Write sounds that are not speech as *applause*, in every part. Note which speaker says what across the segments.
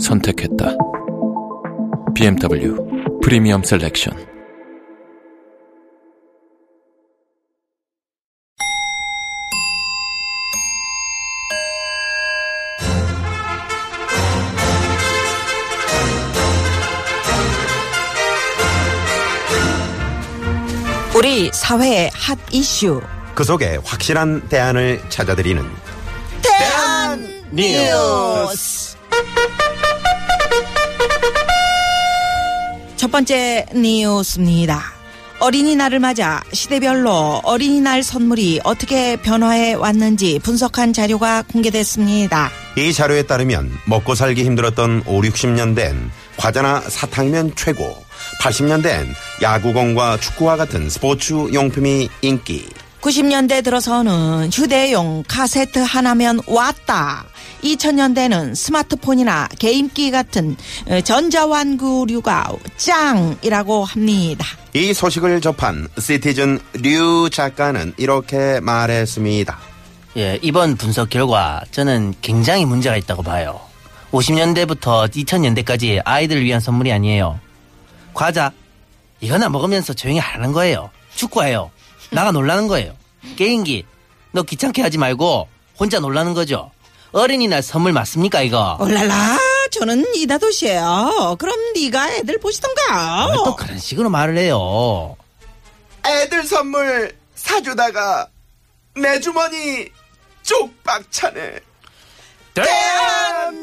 Speaker 1: 선택했다. BMW 프리미엄 셀렉션.
Speaker 2: 우리 사회의 핫 이슈
Speaker 3: 그 속에 확실한 대안을 찾아드리는
Speaker 2: 뉴스 첫 번째 뉴스입니다. 어린이날을 맞아 시대별로 어린이날 선물이 어떻게 변화해 왔는지 분석한 자료가 공개됐습니다.
Speaker 3: 이 자료에 따르면 먹고 살기 힘들었던 5, 60년대엔 과자나 사탕이면 최고 80년대엔 야구공과 축구와 같은 스포츠 용품이 인기
Speaker 2: 90년대 들어서는 휴대용 카세트 하나면 왔다. 2000년대는 스마트폰이나 게임기 같은 어, 전자완구류가 짱이라고 합니다.
Speaker 3: 이 소식을 접한 시티즌 류 작가는 이렇게 말했습니다
Speaker 4: 예, 이번 분석 결과 저는 굉장히 문제가 있다고 봐요. 50년대부터 2000년대까지 아이들을 위한 선물이 아니에요. 과자, 이거나 먹으면서 조용히 하라는 거예요. 축구해요. 나가 놀라는 거예요. 게임기, 너 귀찮게 하지 말고 혼자 놀라는 거죠. 어린이날 선물 맞습니까,
Speaker 2: 어.
Speaker 4: 이거?
Speaker 2: 올랄라 저는 이다도시예요. 그럼 네가 애들 보시던가.
Speaker 4: 왜 아, 또 그런 식으로 말을 해요?
Speaker 5: 애들 선물 사주다가 내 주머니 쪽박 차네.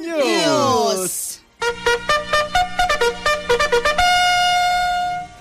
Speaker 2: 뉴스.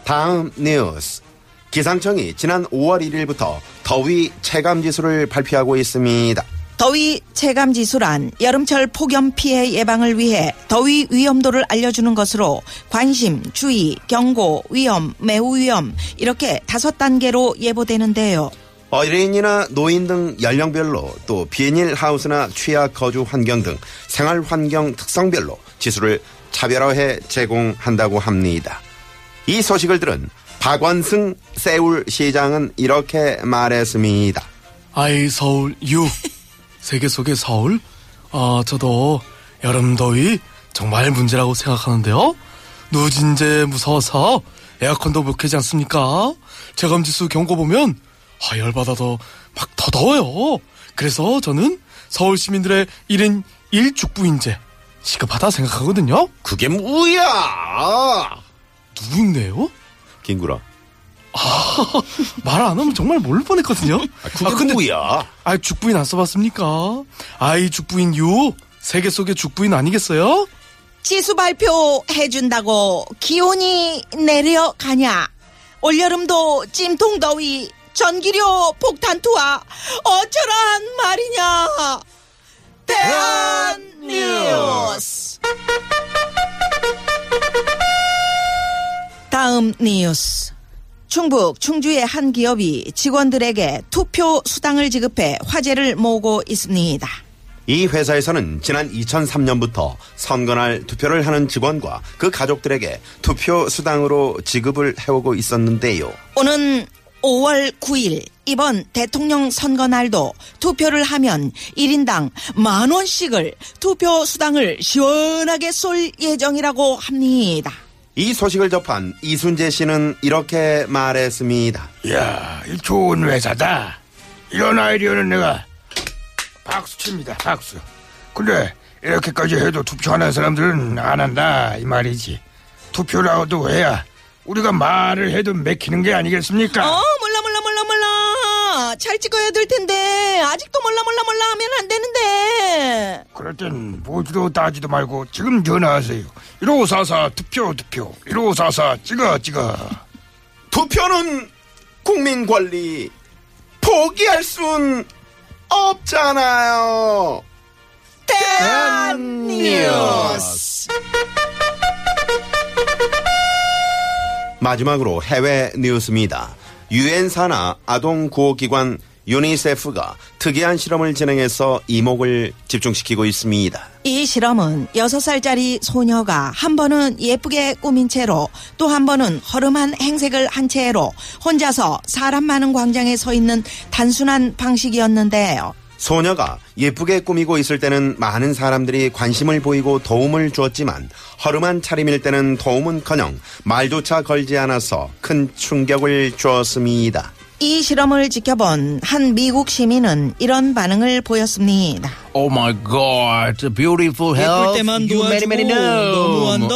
Speaker 3: 다음 뉴스. 기상청이 지난 5월 1일부터 더위 체감지수를 발표하고 있습니다
Speaker 2: 더위 체감 지수란 여름철 폭염 피해 예방을 위해 더위 위험도를 알려주는 것으로 관심, 주의, 경고, 위험, 매우 위험 이렇게 다섯 단계로 예보되는데요.
Speaker 3: 어린이나 노인 등 연령별로 또 비닐 하우스나 취약 거주 환경 등 생활 환경 특성별로 지수를 차별화해 제공한다고 합니다. 이 소식을 들은 박원승 세울 시장은 이렇게 말했습니다.
Speaker 6: 아이 서울 6 세계 속의 서울 아 저도 여름 더위 정말 문제라고 생각하는데요 누진제 무서워서 에어컨도 못 켜지 않습니까 체감지수 경고 보면 아 열받아서 막 더 더워요 그래서 저는 서울 시민들의 1인 1죽부인제 시급하다 생각하거든요
Speaker 3: 그게 뭐야?
Speaker 6: 누구인데요?
Speaker 3: 김구라.
Speaker 6: 말 안 하면 정말 모를 뻔했거든요 아,
Speaker 3: 그게 뭐야?
Speaker 6: 아이 죽부인 안 써봤습니까? 아이 죽부인 유 세계 속의 죽부인 아니겠어요?
Speaker 2: 지수 발표해준다고 기온이 내려가냐? 올여름도 찜통 더위, 전기료 폭탄 투하, 어쩌란 말이냐? 대한 뉴스. 다음 뉴스. 충북 충주의 한 기업이 직원들에게 투표 수당을 지급해 화제를 모으고 있습니다.
Speaker 3: 이 회사에서는 지난 2003년부터 선거날 투표를 하는 직원과 그 가족들에게 투표 수당으로 지급을 해오고 있었는데요.
Speaker 2: 오는 5월 9일 이번 대통령 선거 날도 투표를 하면 1인당 만 원씩을 투표 수당을 시원하게 쏠 예정이라고 합니다.
Speaker 3: 이 소식을 접한 이순재 씨는 이렇게 말했습니다.
Speaker 7: 야, 이 좋은 회사다. 이런 아이디어는 내가 박수 칩니다. 박수. 근데 이렇게까지 해도 투표하는 사람들은 안 한다 이 말이지. 투표라도 해야 우리가 말을 해도 맥히는 게 아니겠습니까?
Speaker 2: 어 몰라 몰라 몰라 몰라 잘 찍어야 될 텐데 아직도 몰라 몰라 몰라 하면 안 되는데
Speaker 7: 그럴 땐 보지도 따지도 말고 지금 전화하세요. 1544 투표 투표. 1544 찍어 찍어.
Speaker 5: 투표는 국민 권리 포기할 순 없잖아요.
Speaker 2: 대한 뉴스
Speaker 3: 마지막으로 해외 뉴스입니다. 유엔 산하 아동 구호기관 유니세프가 특이한 실험을 진행해서 이목을 집중시키고 있습니다.
Speaker 8: 이 실험은 6살짜리 소녀가 한 번은 예쁘게 꾸민 채로 또 한 번은 허름한 행색을 한 채로 혼자서 사람 많은 광장에 서 있는 단순한 방식이었는데요.
Speaker 3: 소녀가 예쁘게 꾸미고 있을 때는 많은 사람들이 관심을 보이고 도움을 주었지만 허름한 차림일 때는 도움은커녕 말조차 걸지 않아서 큰 충격을 주었습니다.
Speaker 8: 이 실험을 지켜본 한 미국 시민은 이런 반응을 보였습니다.
Speaker 4: Oh my God, beautiful health.
Speaker 2: 때만
Speaker 4: You many, many
Speaker 2: 도와주고
Speaker 4: know.
Speaker 2: 너무한다.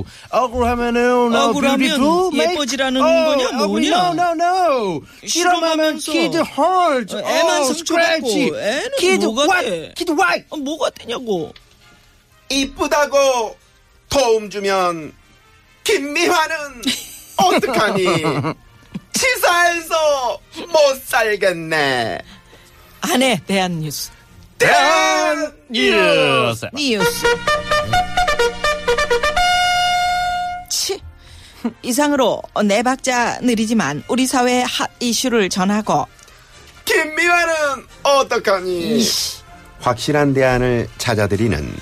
Speaker 4: Oh, 억울하면은 no,
Speaker 2: 억울하면
Speaker 4: beautiful, make-
Speaker 2: 예뻐지라는
Speaker 4: oh,
Speaker 2: 거냐,
Speaker 4: 어,
Speaker 2: 뭐냐?
Speaker 4: No, no, no. 실험하면
Speaker 2: 실험하면서
Speaker 4: kid hurt.
Speaker 2: 어, 애만
Speaker 4: oh,
Speaker 2: 상처받고
Speaker 4: scratchy.
Speaker 2: 애는
Speaker 4: Kid
Speaker 2: 뭐가
Speaker 4: what?
Speaker 2: 돼?
Speaker 4: Kid what?
Speaker 2: 아, 뭐가 되냐고.
Speaker 5: 이쁘다고 도움 주면 김미화는 어떡하니? 치사해서 못 살겠네.
Speaker 8: 아내 대한 뉴스.
Speaker 5: 땡!
Speaker 4: Yes.
Speaker 8: 뉴스. 치. 이상으로 네 박자 느리지만 우리 사회의 핫 이슈를 전하고
Speaker 5: 김미화는 어떡하니?
Speaker 3: 확실한 대안을 찾아드리는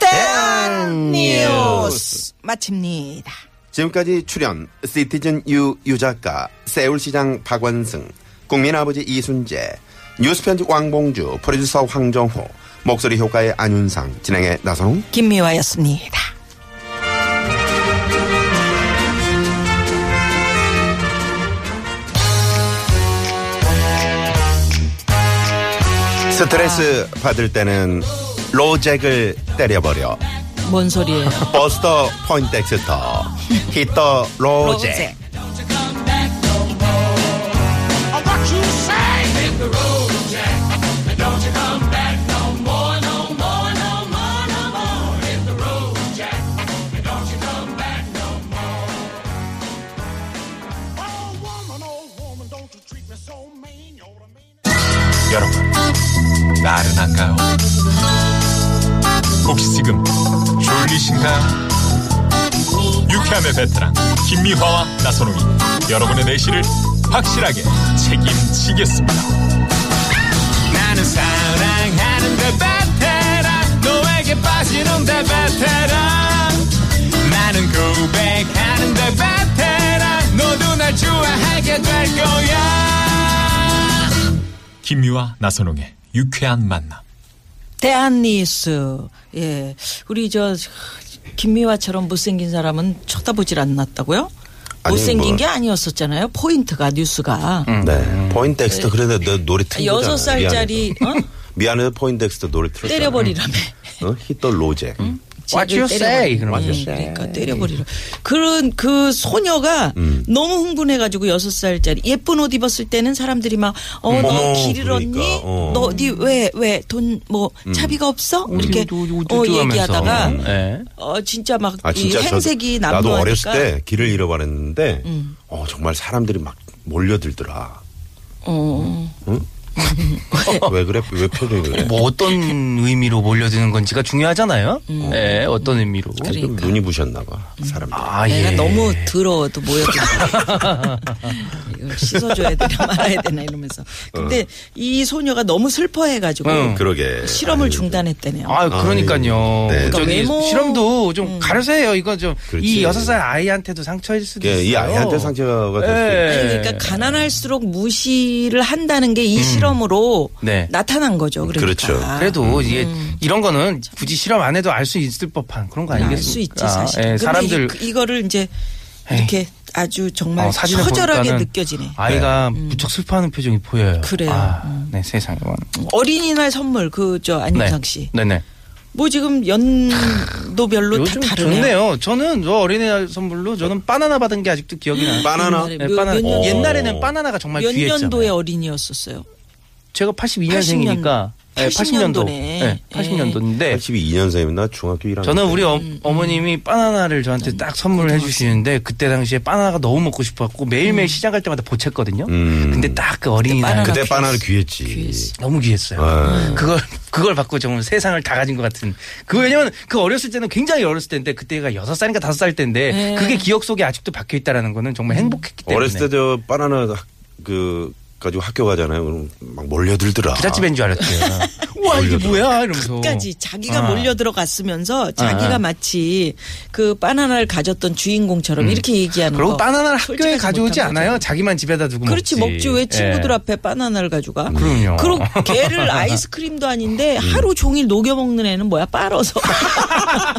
Speaker 8: 대한 뉴스 마칩니다.
Speaker 3: 지금까지 출연 시티즌 유 유작가 세울시장 박원승 국민아버지 이순재 뉴스편집 왕봉주 프로듀서 황정호 목소리 효과의 안윤상 진행의 나성
Speaker 8: 김미화였습니다.
Speaker 3: 스트레스 받을 때는 로잭을 때려버려
Speaker 8: 뭔 소리예요?
Speaker 2: 아,
Speaker 3: 버스터 포인텍스터 히터 로잭
Speaker 8: 로제.
Speaker 9: 여러분, 나른한가요? 혹시 지금 졸리신가요? 유쾌함의 베테랑 김미화와 나선홍이 여러분의 내실을 확실하게 책임지겠습니다. 나는 사랑하는데 베테랑 너에게 빠지는데 베테랑 나는 고백하는데 베테랑 너도 날 좋아하게 될 거야. 김유와 나선홍의 유쾌한 만남.
Speaker 2: 대한 뉴스. 예. 우리 저 김미화처럼 못생긴 사람은 쳐다보질 않았다고요?
Speaker 3: 아니,
Speaker 2: 못생긴
Speaker 3: 뭐.
Speaker 2: 게 아니었었잖아요. 포인트가 뉴스가.
Speaker 3: 네 포인텍스터 그래도 너 노래 틀
Speaker 2: 여섯 살짜리 어?
Speaker 3: 미안해서 포인텍스터 노래 틀었잖아
Speaker 2: 때려버리라며.
Speaker 3: 어? 히터 로잭
Speaker 4: What you say? 그런
Speaker 2: 음,
Speaker 4: 거죠.
Speaker 2: 그러니까
Speaker 3: 음.
Speaker 2: 때려버리라. 그런 그 소녀가 너무 흥분해가지고 여섯 살짜리 예쁜 옷 입었을 때는 사람들이 막 어 너
Speaker 3: 어머,
Speaker 2: 길 잃었니?
Speaker 3: 그러니까, 어. 음.
Speaker 2: 너 어디 왜 왜 돈 뭐 차비가 없어?
Speaker 4: 음,
Speaker 2: 이렇게
Speaker 4: 우쭈쭈
Speaker 2: 어
Speaker 4: 하면서.
Speaker 2: 얘기하다가
Speaker 4: 예.
Speaker 2: 어 진짜 막 이
Speaker 3: 아 진짜 저도-
Speaker 2: 행색이
Speaker 3: 나도
Speaker 2: 남도하니까 음.
Speaker 3: 어렸을 때 길을 잃어버렸는데 어 정말 사람들이 막 몰려들더라.
Speaker 2: 어.
Speaker 3: 어, 왜 그래? 왜 표정이 그래?
Speaker 4: 뭐 어떤 의미로 몰려드는 건지가 중요하잖아요.
Speaker 2: 음.
Speaker 4: 예, 어떤 의미로.
Speaker 3: 좀
Speaker 2: 그러니까.
Speaker 3: 눈이 부셨나 봐. 사람들.
Speaker 4: 아,
Speaker 2: 내가
Speaker 4: 예.
Speaker 2: 너무 더러워도 모여도 *laughs* 이걸 씻어줘야
Speaker 3: *laughs*
Speaker 2: 되나 말아야 되나 이러면서 근데
Speaker 3: 어.
Speaker 2: 이 소녀가 너무 슬퍼해가지고
Speaker 4: 응.
Speaker 3: 그러게.
Speaker 2: 실험을
Speaker 3: 어. 아이고. 예.
Speaker 2: 중단했대요.
Speaker 4: 아, 그러니까요.
Speaker 3: 네.
Speaker 4: 저기
Speaker 2: 그러니까 외모- 음.
Speaker 4: 실험도 좀 가려세요. 이건 좀
Speaker 3: 그렇지.
Speaker 4: 이 여섯 살 아이한테도 상처일 수도
Speaker 3: 예,
Speaker 4: 있어요.
Speaker 3: 이 아이한테 상처가 될 수 있
Speaker 4: 예.
Speaker 2: 아니, 그러니까 가난할수록 무시를 한다는 게 이 실험으로
Speaker 4: 음. 네.
Speaker 2: 나타난 거죠. 그러니까.
Speaker 3: 그렇죠.
Speaker 4: 그래도 이게 이런 거는 굳이 실험 안 해도 알 수 있을 법한 그런 거 아니겠습니까?
Speaker 2: 알 수 있지 사실.
Speaker 4: 예,
Speaker 2: 근데
Speaker 4: 사람들
Speaker 2: 이, 거를 이제
Speaker 4: 에이.
Speaker 2: 이렇게 아주 정말
Speaker 4: 어, 사진을
Speaker 2: 처절하게
Speaker 4: 보니까는
Speaker 2: 느껴지네. 음.
Speaker 4: 아이가 무척 슬퍼하는 표정이 보여요.
Speaker 2: 그래요. 음.
Speaker 4: 아, 네, 세상에.
Speaker 2: 어린이날 선물 그 저 안윤상 씨.
Speaker 4: 네, 네.
Speaker 2: 뭐 지금 연도별로 다
Speaker 4: 요즘
Speaker 2: 다르네요.
Speaker 4: 좋네요. 저는 저 어린이날 선물로 저는 바나나 받은 게 아직도 기억이 나요.
Speaker 3: 바나나.
Speaker 2: 옛날에
Speaker 4: 네,
Speaker 2: 음. 몇,
Speaker 4: 바나나.
Speaker 2: 몇 년,
Speaker 4: 옛날에는 바나나가 정말
Speaker 2: 몇
Speaker 4: 귀했잖아요.
Speaker 2: 년도에 어린이였었어요.
Speaker 4: 제가 82년생이니까 네,
Speaker 2: 80년도
Speaker 4: 80년도.
Speaker 2: 네. 예.
Speaker 4: 네, 80년도인데
Speaker 3: 82년생이면 나 중학교 1학년.
Speaker 4: 저는 우리 어,
Speaker 2: 음.
Speaker 4: 머님이 바나나를 저한테 딱 선물을 해주시는데 그때 당시에 바나나가 너무 먹고 싶었고 매일매일 시장 갈 때마다 보챘거든요.
Speaker 3: 음.
Speaker 4: 근데 딱 그 어린이날
Speaker 2: 음. 바나나-
Speaker 4: 그때
Speaker 3: 그때 바나나 귀했지.
Speaker 2: 귀했어.
Speaker 4: 너무 귀했어요.
Speaker 3: 아.
Speaker 4: 그걸 그걸 받고 정말 세상을 다 가진 것 같은. 그 왜냐면 그 어렸을 때는 굉장히 어렸을 때인데 그때가 여섯 살인가 다섯 살 때인데
Speaker 2: 네.
Speaker 4: 그게 기억 속에 아직도 박혀 있다라는 거는
Speaker 2: 음.
Speaker 4: 정말 행복했기 때문에.
Speaker 3: 어렸을 때 저 바나나 학- 그 가지고 학교 가잖아요. 그럼 막 몰려들더라.
Speaker 4: 부잣집인 줄 알았대요. 우와 이게 뭐야 이러면서.
Speaker 2: 끝까지 자기가
Speaker 4: 아.
Speaker 2: 몰려 들어갔으면서 자기가
Speaker 4: 아.
Speaker 2: 마치 그 바나나를 가졌던 주인공처럼 이렇게 얘기하는
Speaker 4: 음. 그리고
Speaker 2: 거.
Speaker 4: 바나나를 학교에
Speaker 2: 음, 어, 솔직하지
Speaker 4: 가져오지
Speaker 2: 못한
Speaker 4: 않아요. 자기만 집에다 두고
Speaker 2: 그렇지 먹지 왜 친구들
Speaker 4: 예.
Speaker 2: 앞에 바나나를 가져가?
Speaker 4: 그럼요. 아,
Speaker 2: 그리고 걔를 아이스크림도 아닌데 하루 종일 녹여 먹는 애는 뭐야 빨아서 *laughs*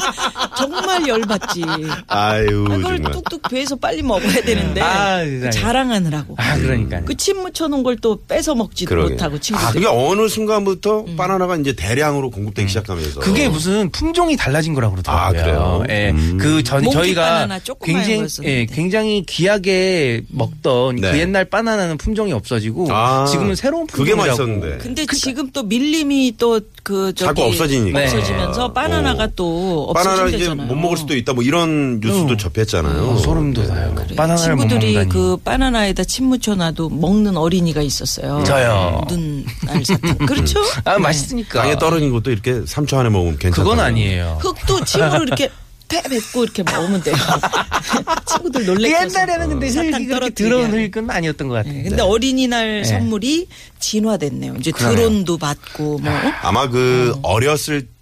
Speaker 2: 정말 열받지.
Speaker 3: 아유
Speaker 2: 그걸
Speaker 3: 정말.
Speaker 2: 뚝뚝 배서 빨리 먹어야 되는데
Speaker 4: 아, 세상에.
Speaker 2: 그 자랑하느라고
Speaker 4: 아 그러니까. 요
Speaker 2: 그 침 묻혀놓은 걸 또 뺏어 먹지도
Speaker 3: 그러게.
Speaker 2: 못하고
Speaker 3: 아,
Speaker 2: 친구들.
Speaker 3: 그게 어느 순간부터 바나나가 이제 대량으로 공급되기 시작하면서
Speaker 4: 그게 무슨 품종이 달라진 거라고 그러더라고요.
Speaker 3: 아, 그래요?
Speaker 4: 예.
Speaker 3: 음.
Speaker 4: 그 전,
Speaker 2: 몽키
Speaker 4: 저희가
Speaker 2: 바나나 조그마한
Speaker 4: 굉장히,
Speaker 2: 거였었는데.
Speaker 4: 예, 굉장히 귀하게 먹던
Speaker 3: 네.
Speaker 4: 그 옛날 바나나는 품종이 없어지고
Speaker 3: 아,
Speaker 4: 지금은 새로운
Speaker 3: 그게
Speaker 4: 품종이라고.
Speaker 3: 맛있었는데.
Speaker 2: 근데
Speaker 4: 그러니까
Speaker 2: 지금 또 밀림이 또 그
Speaker 3: 자꾸
Speaker 2: 저기
Speaker 3: 없어지니까.
Speaker 4: 네.
Speaker 2: 없어지면서 바나나가
Speaker 3: 어.
Speaker 2: 또
Speaker 3: 바나나 이제
Speaker 2: 없어진대잖아요.
Speaker 3: 못 먹을 수도 있다 뭐 이런 뉴스도
Speaker 4: 어.
Speaker 3: 접했잖아요.
Speaker 4: 어, 소름 돋아요.
Speaker 3: 네.
Speaker 4: 바나나를 못
Speaker 2: 친구들이
Speaker 4: 먹는다니.
Speaker 2: 그 바나나에다 침 묻혀놔도 먹는 어린이가 있었어요.
Speaker 4: 저요.
Speaker 2: 눈알 사탕. 그렇죠?
Speaker 4: 아
Speaker 2: 네.
Speaker 4: 맛있으니까.
Speaker 3: 땅에 떨어진 것도 이렇게 3초 안에 먹으면 괜찮아.
Speaker 4: 그건 아니에요.
Speaker 2: 흙도 침으로 이렇게 패뱉고 이렇게 먹으면 돼요. *laughs* 친구들 놀래켜서.
Speaker 4: 옛날에는 근데 흙이
Speaker 2: 사탕
Speaker 4: 그렇게
Speaker 2: 떨어뜨리게
Speaker 4: 더러운
Speaker 2: 하는.
Speaker 4: 흙은 아니었던 것 같아요.
Speaker 2: 네, 근데 어린이날
Speaker 4: 네.
Speaker 2: 선물이 진화됐네요. 이제
Speaker 4: 그러네요.
Speaker 2: 드론도 받고 뭐
Speaker 3: 아마 그 어렸을 때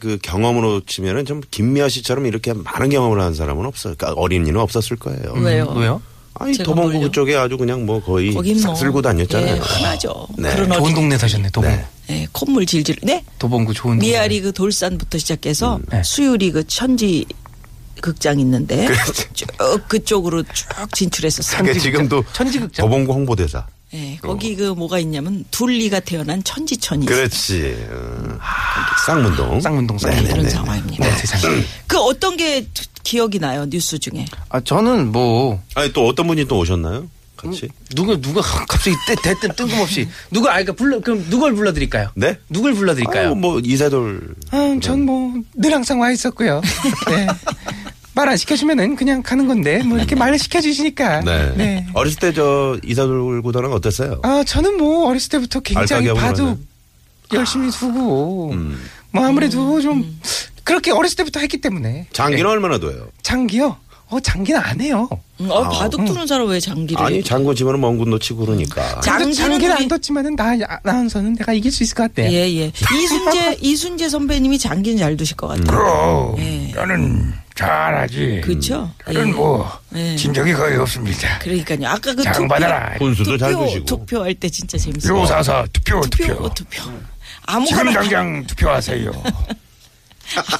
Speaker 3: 그 경험으로 치면은 좀 김미아 씨처럼 이렇게 많은 경험을 한 사람은 없어요. 그러니까 어린이는 없었을 거예요. 음.
Speaker 2: 왜요?
Speaker 4: 왜요?
Speaker 3: 아니
Speaker 2: 제가
Speaker 3: 도봉구
Speaker 2: 뭘요?
Speaker 3: 그쪽에 아주 그냥 뭐 거의
Speaker 2: 거긴
Speaker 3: 싹
Speaker 2: 뭐,
Speaker 3: 쓸고 다녔잖아요.
Speaker 2: 예, 흔하죠.
Speaker 3: 네.
Speaker 2: 그런
Speaker 4: 좋은
Speaker 2: 어린-
Speaker 4: 동네 사셨네, 도봉구.
Speaker 2: 네, 콧물 질질. 네.
Speaker 4: 도봉구 좋은 동네.
Speaker 2: 미아리 그 돌산부터 시작해서
Speaker 4: 음. 네. 그
Speaker 2: 수유리 그 천지 극장 있는데 쭉 그쪽으로 쭉 진출했었어요.
Speaker 3: 그게 지금도
Speaker 4: 천지극장.
Speaker 3: 도봉구 홍보대사.
Speaker 2: 네, 거기 그 뭐가 있냐면 둘리가 태어난 천지천이
Speaker 4: 그렇죠.
Speaker 2: 있어요.
Speaker 3: 그렇지. 음. 쌍문동.
Speaker 4: 쌍문동, 쌍문동.
Speaker 2: 그런
Speaker 3: 네네네. 음.
Speaker 2: 상황입니다.
Speaker 4: 네, 세상에.
Speaker 2: 그 어떤 게 기억이 나요 뉴스 중에?
Speaker 4: 아, 저는 뭐,
Speaker 3: 아니 또 어떤 분이 또 오셨나요? 같이.
Speaker 4: 누가 누가 갑자기 때 대뜸 뜬금없이 누가 아까 그러니까 불러 그럼 누굴 불러드릴까요?
Speaker 3: 네?
Speaker 4: 누굴 불러드릴까요? 아,
Speaker 3: 아유, 뭐 네. 이세돌.
Speaker 4: 전뭐 늘 항상 와 있었고요. 네. 말안 시켜주면은 그냥 가는 건데 뭐 이렇게 말을 시켜주시니까.
Speaker 3: 네. 어렸을 때 저 이세돌 구단은 어땠어요?
Speaker 4: 아 저는 뭐 어렸을 때부터 굉장히
Speaker 3: 알파기하고 음.
Speaker 4: 봐도
Speaker 3: 그러네.
Speaker 4: 열심히 두고 뭐 아무래도 좀 그렇게 어렸을 때부터 했기 때문에
Speaker 3: 장기는 얼마나 돼요?
Speaker 4: 장기요. 어 장기는 안 해요.
Speaker 2: 음, 어, 바둑 두는 사람 왜 장기를?
Speaker 3: 아니 장군 집으면 먼 군 놓치고 그러니까.
Speaker 2: 자- 장기는
Speaker 4: 장기는
Speaker 2: 우리-
Speaker 4: 안 뒀지만은 나 나운서는 내가 이길 수 있을 것 같아.
Speaker 2: 예, 예. 이순재, 이순재 선배님이 장기는 잘 두실 것 같아요.
Speaker 7: 어,
Speaker 2: 예.
Speaker 7: 나는 잘하지.
Speaker 2: 그렇죠?
Speaker 7: 저는
Speaker 2: 예.
Speaker 7: 뭐
Speaker 2: 예.
Speaker 7: 진적이 거의 없습니다.
Speaker 2: 그러니까요. 아까 그
Speaker 7: 장
Speaker 2: 투표,
Speaker 7: 받아라.
Speaker 3: 군수도 잘
Speaker 2: 투표,
Speaker 3: 두시고.
Speaker 2: 투표할 때 진짜 재밌어요.
Speaker 7: 요사사 투표 투표.
Speaker 2: 투표, 투표.
Speaker 7: 지금
Speaker 2: 아무거나,
Speaker 7: 당장 투표하세요.
Speaker 2: *laughs*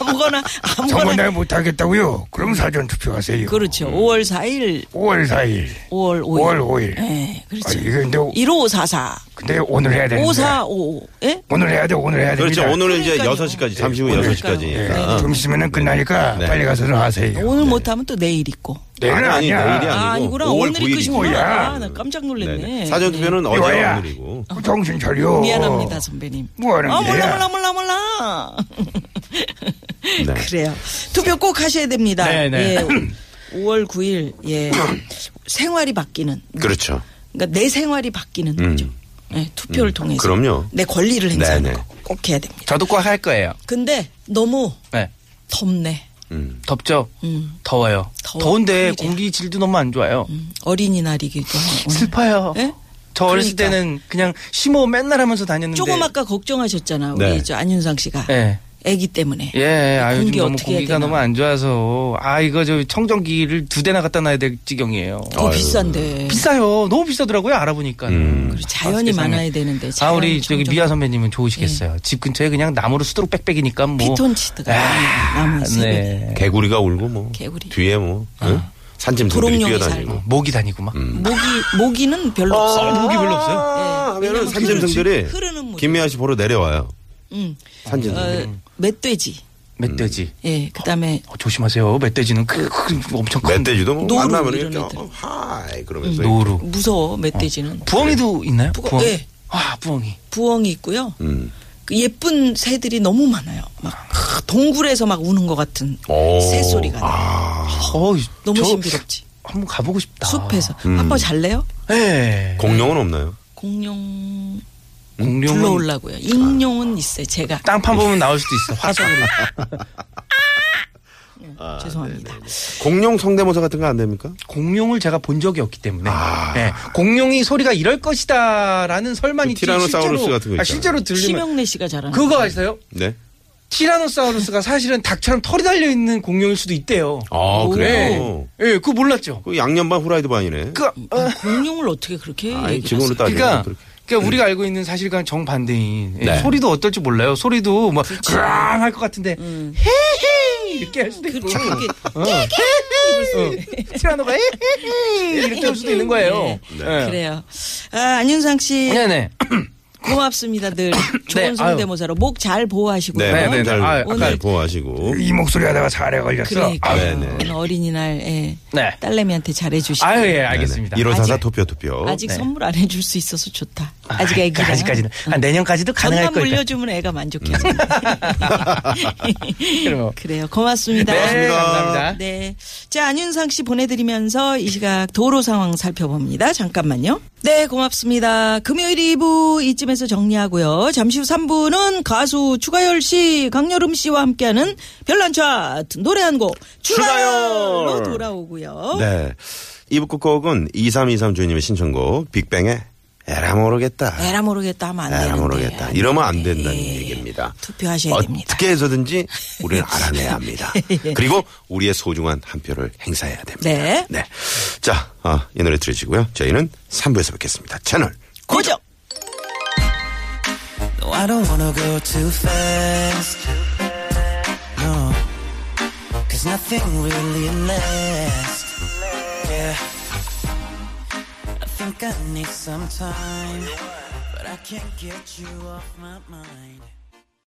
Speaker 2: 아무거나,
Speaker 7: 선거 날
Speaker 2: 아무거나.
Speaker 7: 못하겠다고요? 그럼 사전 투표하세요.
Speaker 2: 그렇죠. 5월 4일,
Speaker 7: 5월 4일,
Speaker 2: 5월 5일.
Speaker 7: 5월 5일.
Speaker 2: 예,
Speaker 7: 아,
Speaker 2: 그렇죠.
Speaker 7: 이거 근데, 오-
Speaker 2: 1544,
Speaker 7: 근데 오늘 해야 되는데.
Speaker 2: 5455. 예?
Speaker 7: 오늘 해야 돼, 오늘 해야 됩니다.
Speaker 3: 그렇죠. 오늘은 이제
Speaker 2: 그러니까요.
Speaker 3: 6시까지 잠시 후
Speaker 2: 그러니까요.
Speaker 3: 6시까지니까. 아.
Speaker 7: 예, 좀 있으면 끝나니까
Speaker 3: 네.
Speaker 7: 빨리 가서 하세요.
Speaker 2: 네. 오늘 못하면 또 내일 있고.
Speaker 7: 내일은
Speaker 3: 아니,
Speaker 7: 아니야.
Speaker 3: 내일이 아니고
Speaker 2: 아, 아니구나.
Speaker 3: 5월
Speaker 2: 오늘
Speaker 3: 9일이지.
Speaker 2: 끝이구나.
Speaker 7: 뭐야.
Speaker 2: 아, 나 깜짝
Speaker 3: 네,
Speaker 2: 놀랐네.
Speaker 3: 네. 사전 투표는 어제와
Speaker 7: 이거야.
Speaker 3: 오늘이고.
Speaker 7: 어, 정신 차려.
Speaker 2: 미안합니다, 선배님.
Speaker 7: 뭐 하는
Speaker 2: 아, 몰라,
Speaker 7: 거야?
Speaker 2: 몰라, 몰라, 몰라.
Speaker 3: 네.
Speaker 2: *laughs* 그래요. 투표 꼭 하셔야 됩니다.
Speaker 4: 네, 네.
Speaker 2: 예.
Speaker 3: *clears throat*
Speaker 2: 5월 9일, 예. 생활이 바뀌는.
Speaker 3: 그렇죠.
Speaker 2: 그러니까 내 생활이 바뀌는 거죠. 예, 투표를 통해서.
Speaker 3: 음. 그럼요.
Speaker 2: 내 권리를
Speaker 3: 네,
Speaker 2: 행사하는
Speaker 3: 네.
Speaker 2: 거 꼭 해야 됩니다.
Speaker 4: 저도 꼭 할 거예요.
Speaker 2: 근데 너무
Speaker 4: 네.
Speaker 2: 덥네.
Speaker 3: 음.
Speaker 4: 덥죠?
Speaker 2: 음.
Speaker 4: 더워요.
Speaker 2: 더워.
Speaker 4: 더운데
Speaker 2: 큰일이야.
Speaker 4: 공기 질도 너무 안 좋아요.
Speaker 2: 음, 어린이날이기도 하고.
Speaker 4: 슬퍼요. 네.
Speaker 2: 예?
Speaker 4: 저 어렸을
Speaker 2: 그러니까.
Speaker 4: 때는 그냥 심호 맨날 하면서 다녔는데.
Speaker 2: 조금 아까 걱정하셨잖아. 우리
Speaker 3: 네.
Speaker 2: 저 안윤상 씨가.
Speaker 4: 예.
Speaker 2: 애기 때문에.
Speaker 4: 예, 아유,
Speaker 2: 공기
Speaker 4: 요즘 너무
Speaker 2: 어떻게 해야
Speaker 4: 공기가
Speaker 2: 되나.
Speaker 4: 너무 안 좋아서. 아, 이거 저 청정기를 두 대나 갖다 놔야 될 지경이에요.
Speaker 2: 더 비싼데.
Speaker 4: 비싸요. 너무 비싸더라고요. 알아보니까.
Speaker 3: 음.
Speaker 2: 자연이
Speaker 4: 세상에.
Speaker 2: 많아야 되는데.
Speaker 4: 아,
Speaker 2: 자연
Speaker 4: 우리 저기
Speaker 2: 청정-
Speaker 4: 미아 선배님은 좋으시겠어요. 집 근처에 그냥 나무로 수두룩 빽빽이니까 뭐.
Speaker 2: 피톤치드가 나무 세배
Speaker 4: 네.
Speaker 3: 개구리가 울고 뭐
Speaker 2: 개구리. 아.
Speaker 3: 뒤에 뭐 응? 산짐승들이
Speaker 2: 도롱뇽이
Speaker 3: 뛰어다니고.
Speaker 4: 모기 다니고 막.
Speaker 2: 모기 모기는 별로 없어요.
Speaker 4: 모기 별로 없어요?
Speaker 3: 아, 하면은
Speaker 2: 예. 왜냐면
Speaker 3: 아,
Speaker 2: 그
Speaker 3: 산짐승들이
Speaker 2: 흐르는- 흐르는 물이.
Speaker 3: 김미아 씨 보러 내려와요.
Speaker 2: 음.
Speaker 3: 산짐승들이.
Speaker 2: 어, 멧돼지.
Speaker 4: 멧돼지.
Speaker 2: 예. 그다음에
Speaker 4: 어, 조심하세요. 멧돼지는 그, 그 엄청 큰
Speaker 3: 멧돼지도 뭐 음.
Speaker 2: 노루
Speaker 3: 만나면
Speaker 2: 이런
Speaker 3: 이렇게
Speaker 2: 애들.
Speaker 3: 어, 하이 그러면서
Speaker 4: 노루.
Speaker 2: 무서워 멧돼지는
Speaker 3: 네.
Speaker 4: 부엉이도 있나요?
Speaker 2: 부엉-
Speaker 4: 부엉이.
Speaker 2: 네.
Speaker 4: 아, 부엉이.
Speaker 2: 부엉이 있고요.
Speaker 3: 음.
Speaker 2: 그 예쁜 새들이 너무 많아요. 막 크, 동굴에서 막 우는 것 같은 새 소리가 나요.
Speaker 3: 아,
Speaker 4: 어우,
Speaker 2: 너무
Speaker 4: 저
Speaker 2: 신비롭지.
Speaker 4: 한번 가보고 싶다.
Speaker 2: 숲에서
Speaker 3: 음.
Speaker 2: 아빠 잘래요?
Speaker 4: 예.
Speaker 3: 공룡은 없나요?
Speaker 2: 공룡
Speaker 4: 공룡은 아.
Speaker 2: 불러오려고요. 익룡은 있어요. 제가
Speaker 4: 땅판 보면 나올 수도 있어. 화석으로.
Speaker 2: 죄송합니다.
Speaker 4: 아, 네,
Speaker 3: 공룡 성대모사 같은 거 안 됩니까?
Speaker 4: *laughs* 공룡을 제가 본 적이 없기 때문에
Speaker 3: 아.
Speaker 4: 예, 공룡이 소리가 이럴 것이다라는 설만
Speaker 3: 그
Speaker 4: 있지
Speaker 3: 티라노사우루스
Speaker 4: 실제로,
Speaker 3: 같은 거
Speaker 4: 아,
Speaker 3: 있잖아요.
Speaker 4: 실제로 들리면
Speaker 2: 심영래 씨가 잘하는
Speaker 4: 그거 아세요?
Speaker 3: 네.
Speaker 4: 티라노사우루스가 사실은 닭처럼 털이 달려 있는 공룡일 수도 있대요.
Speaker 3: 아,
Speaker 4: 네.
Speaker 3: 그래요?
Speaker 4: 예, 그거 몰랐죠.
Speaker 3: 그 양념반 후라이드 반이네.
Speaker 4: 그 어,
Speaker 2: 공룡을 어떻게 그렇게
Speaker 3: 아니,
Speaker 2: 얘기를
Speaker 3: 지금으로 따지면
Speaker 4: 그러니까
Speaker 3: 그렇게. 음.
Speaker 4: 그러니까 우리가 알고 있는 사실과는 정반대인 예,
Speaker 3: 네.
Speaker 4: 소리도 어떨지 몰라요. 소리도 뭐 그랑 할 것 같은데 헤헤 이렇게 할 수도 있고
Speaker 2: 음. 그렇죠. 이게
Speaker 4: 어. 어. 티라노가 헤헤 이렇게 할 수도 있는 거예요. 예.
Speaker 3: 네.
Speaker 2: 그래요. 아, 안윤상 씨
Speaker 4: 네네.
Speaker 2: 고맙습니다. 늘 좋은
Speaker 4: 아유.
Speaker 2: 성대모사로 목 잘 보호하시고요.
Speaker 3: 네,
Speaker 4: 네,
Speaker 3: 네, 네.
Speaker 4: 네, 네. 아, 음,
Speaker 3: 잘,
Speaker 4: 오늘-
Speaker 3: 잘 보호하시고.
Speaker 7: 이 목소리 하다가 잘해 걸렸어.
Speaker 2: 그러니까
Speaker 3: 네,
Speaker 2: 요
Speaker 3: 네.
Speaker 2: 오늘 어린이날 예,
Speaker 4: 아, 네.
Speaker 2: 딸내미한테 잘해주시고
Speaker 4: 아유
Speaker 3: 네.
Speaker 4: 예 알겠습니다.
Speaker 3: 1544 토표 토표.
Speaker 2: 아직
Speaker 4: 네.
Speaker 2: 선물 안 해줄 수 있어서 좋다. 아직 애기라.
Speaker 4: 아직까지는 한 내년까지도 가능할
Speaker 2: 전만
Speaker 4: 거예요.
Speaker 2: 물려주면 애가 만족해서.
Speaker 4: 그럼.
Speaker 2: 그래요. 고맙습니다.
Speaker 4: 네, 감사합니다.
Speaker 2: 네. 자, 안윤상 씨 보내드리면서 이 시각 도로 상황 살펴봅니다. 잠깐만요. 네, 고맙습니다. 금요일 2부 이쯤에서 정리하고요. 잠시 후 3부는 가수 추가열 씨, 강여름 씨와 함께하는 별난 차트 노래 한 곡 추가열로
Speaker 3: 추가열!
Speaker 2: 돌아오고요.
Speaker 3: 네. 이부 끝곡은 2323 주인님의 신청곡 빅뱅의 에라 모르겠다.
Speaker 2: 에라 모르겠다 하면 안 되는데.
Speaker 3: 네. 에라 아, 모르겠다. 이러면 안 된다는
Speaker 2: 네, 예.
Speaker 3: 얘기입니다.
Speaker 2: 투표하셔야 됩니다. 예.
Speaker 3: 어떻게 해서든지
Speaker 2: *laughs*
Speaker 3: 우리는 알아내야 합니다. 그리고 우리의 소중한 한 표를 행사해야 됩니다.
Speaker 2: 네.
Speaker 3: 자, 아, 이 노래 들으시고요. 저희는 3부에서 뵙겠습니다. 채널
Speaker 2: 고정!
Speaker 4: No, I don't wanna go too fast. No. Cause nothing really lasts. Yeah. I think I need some time. But I can't get you off my mind.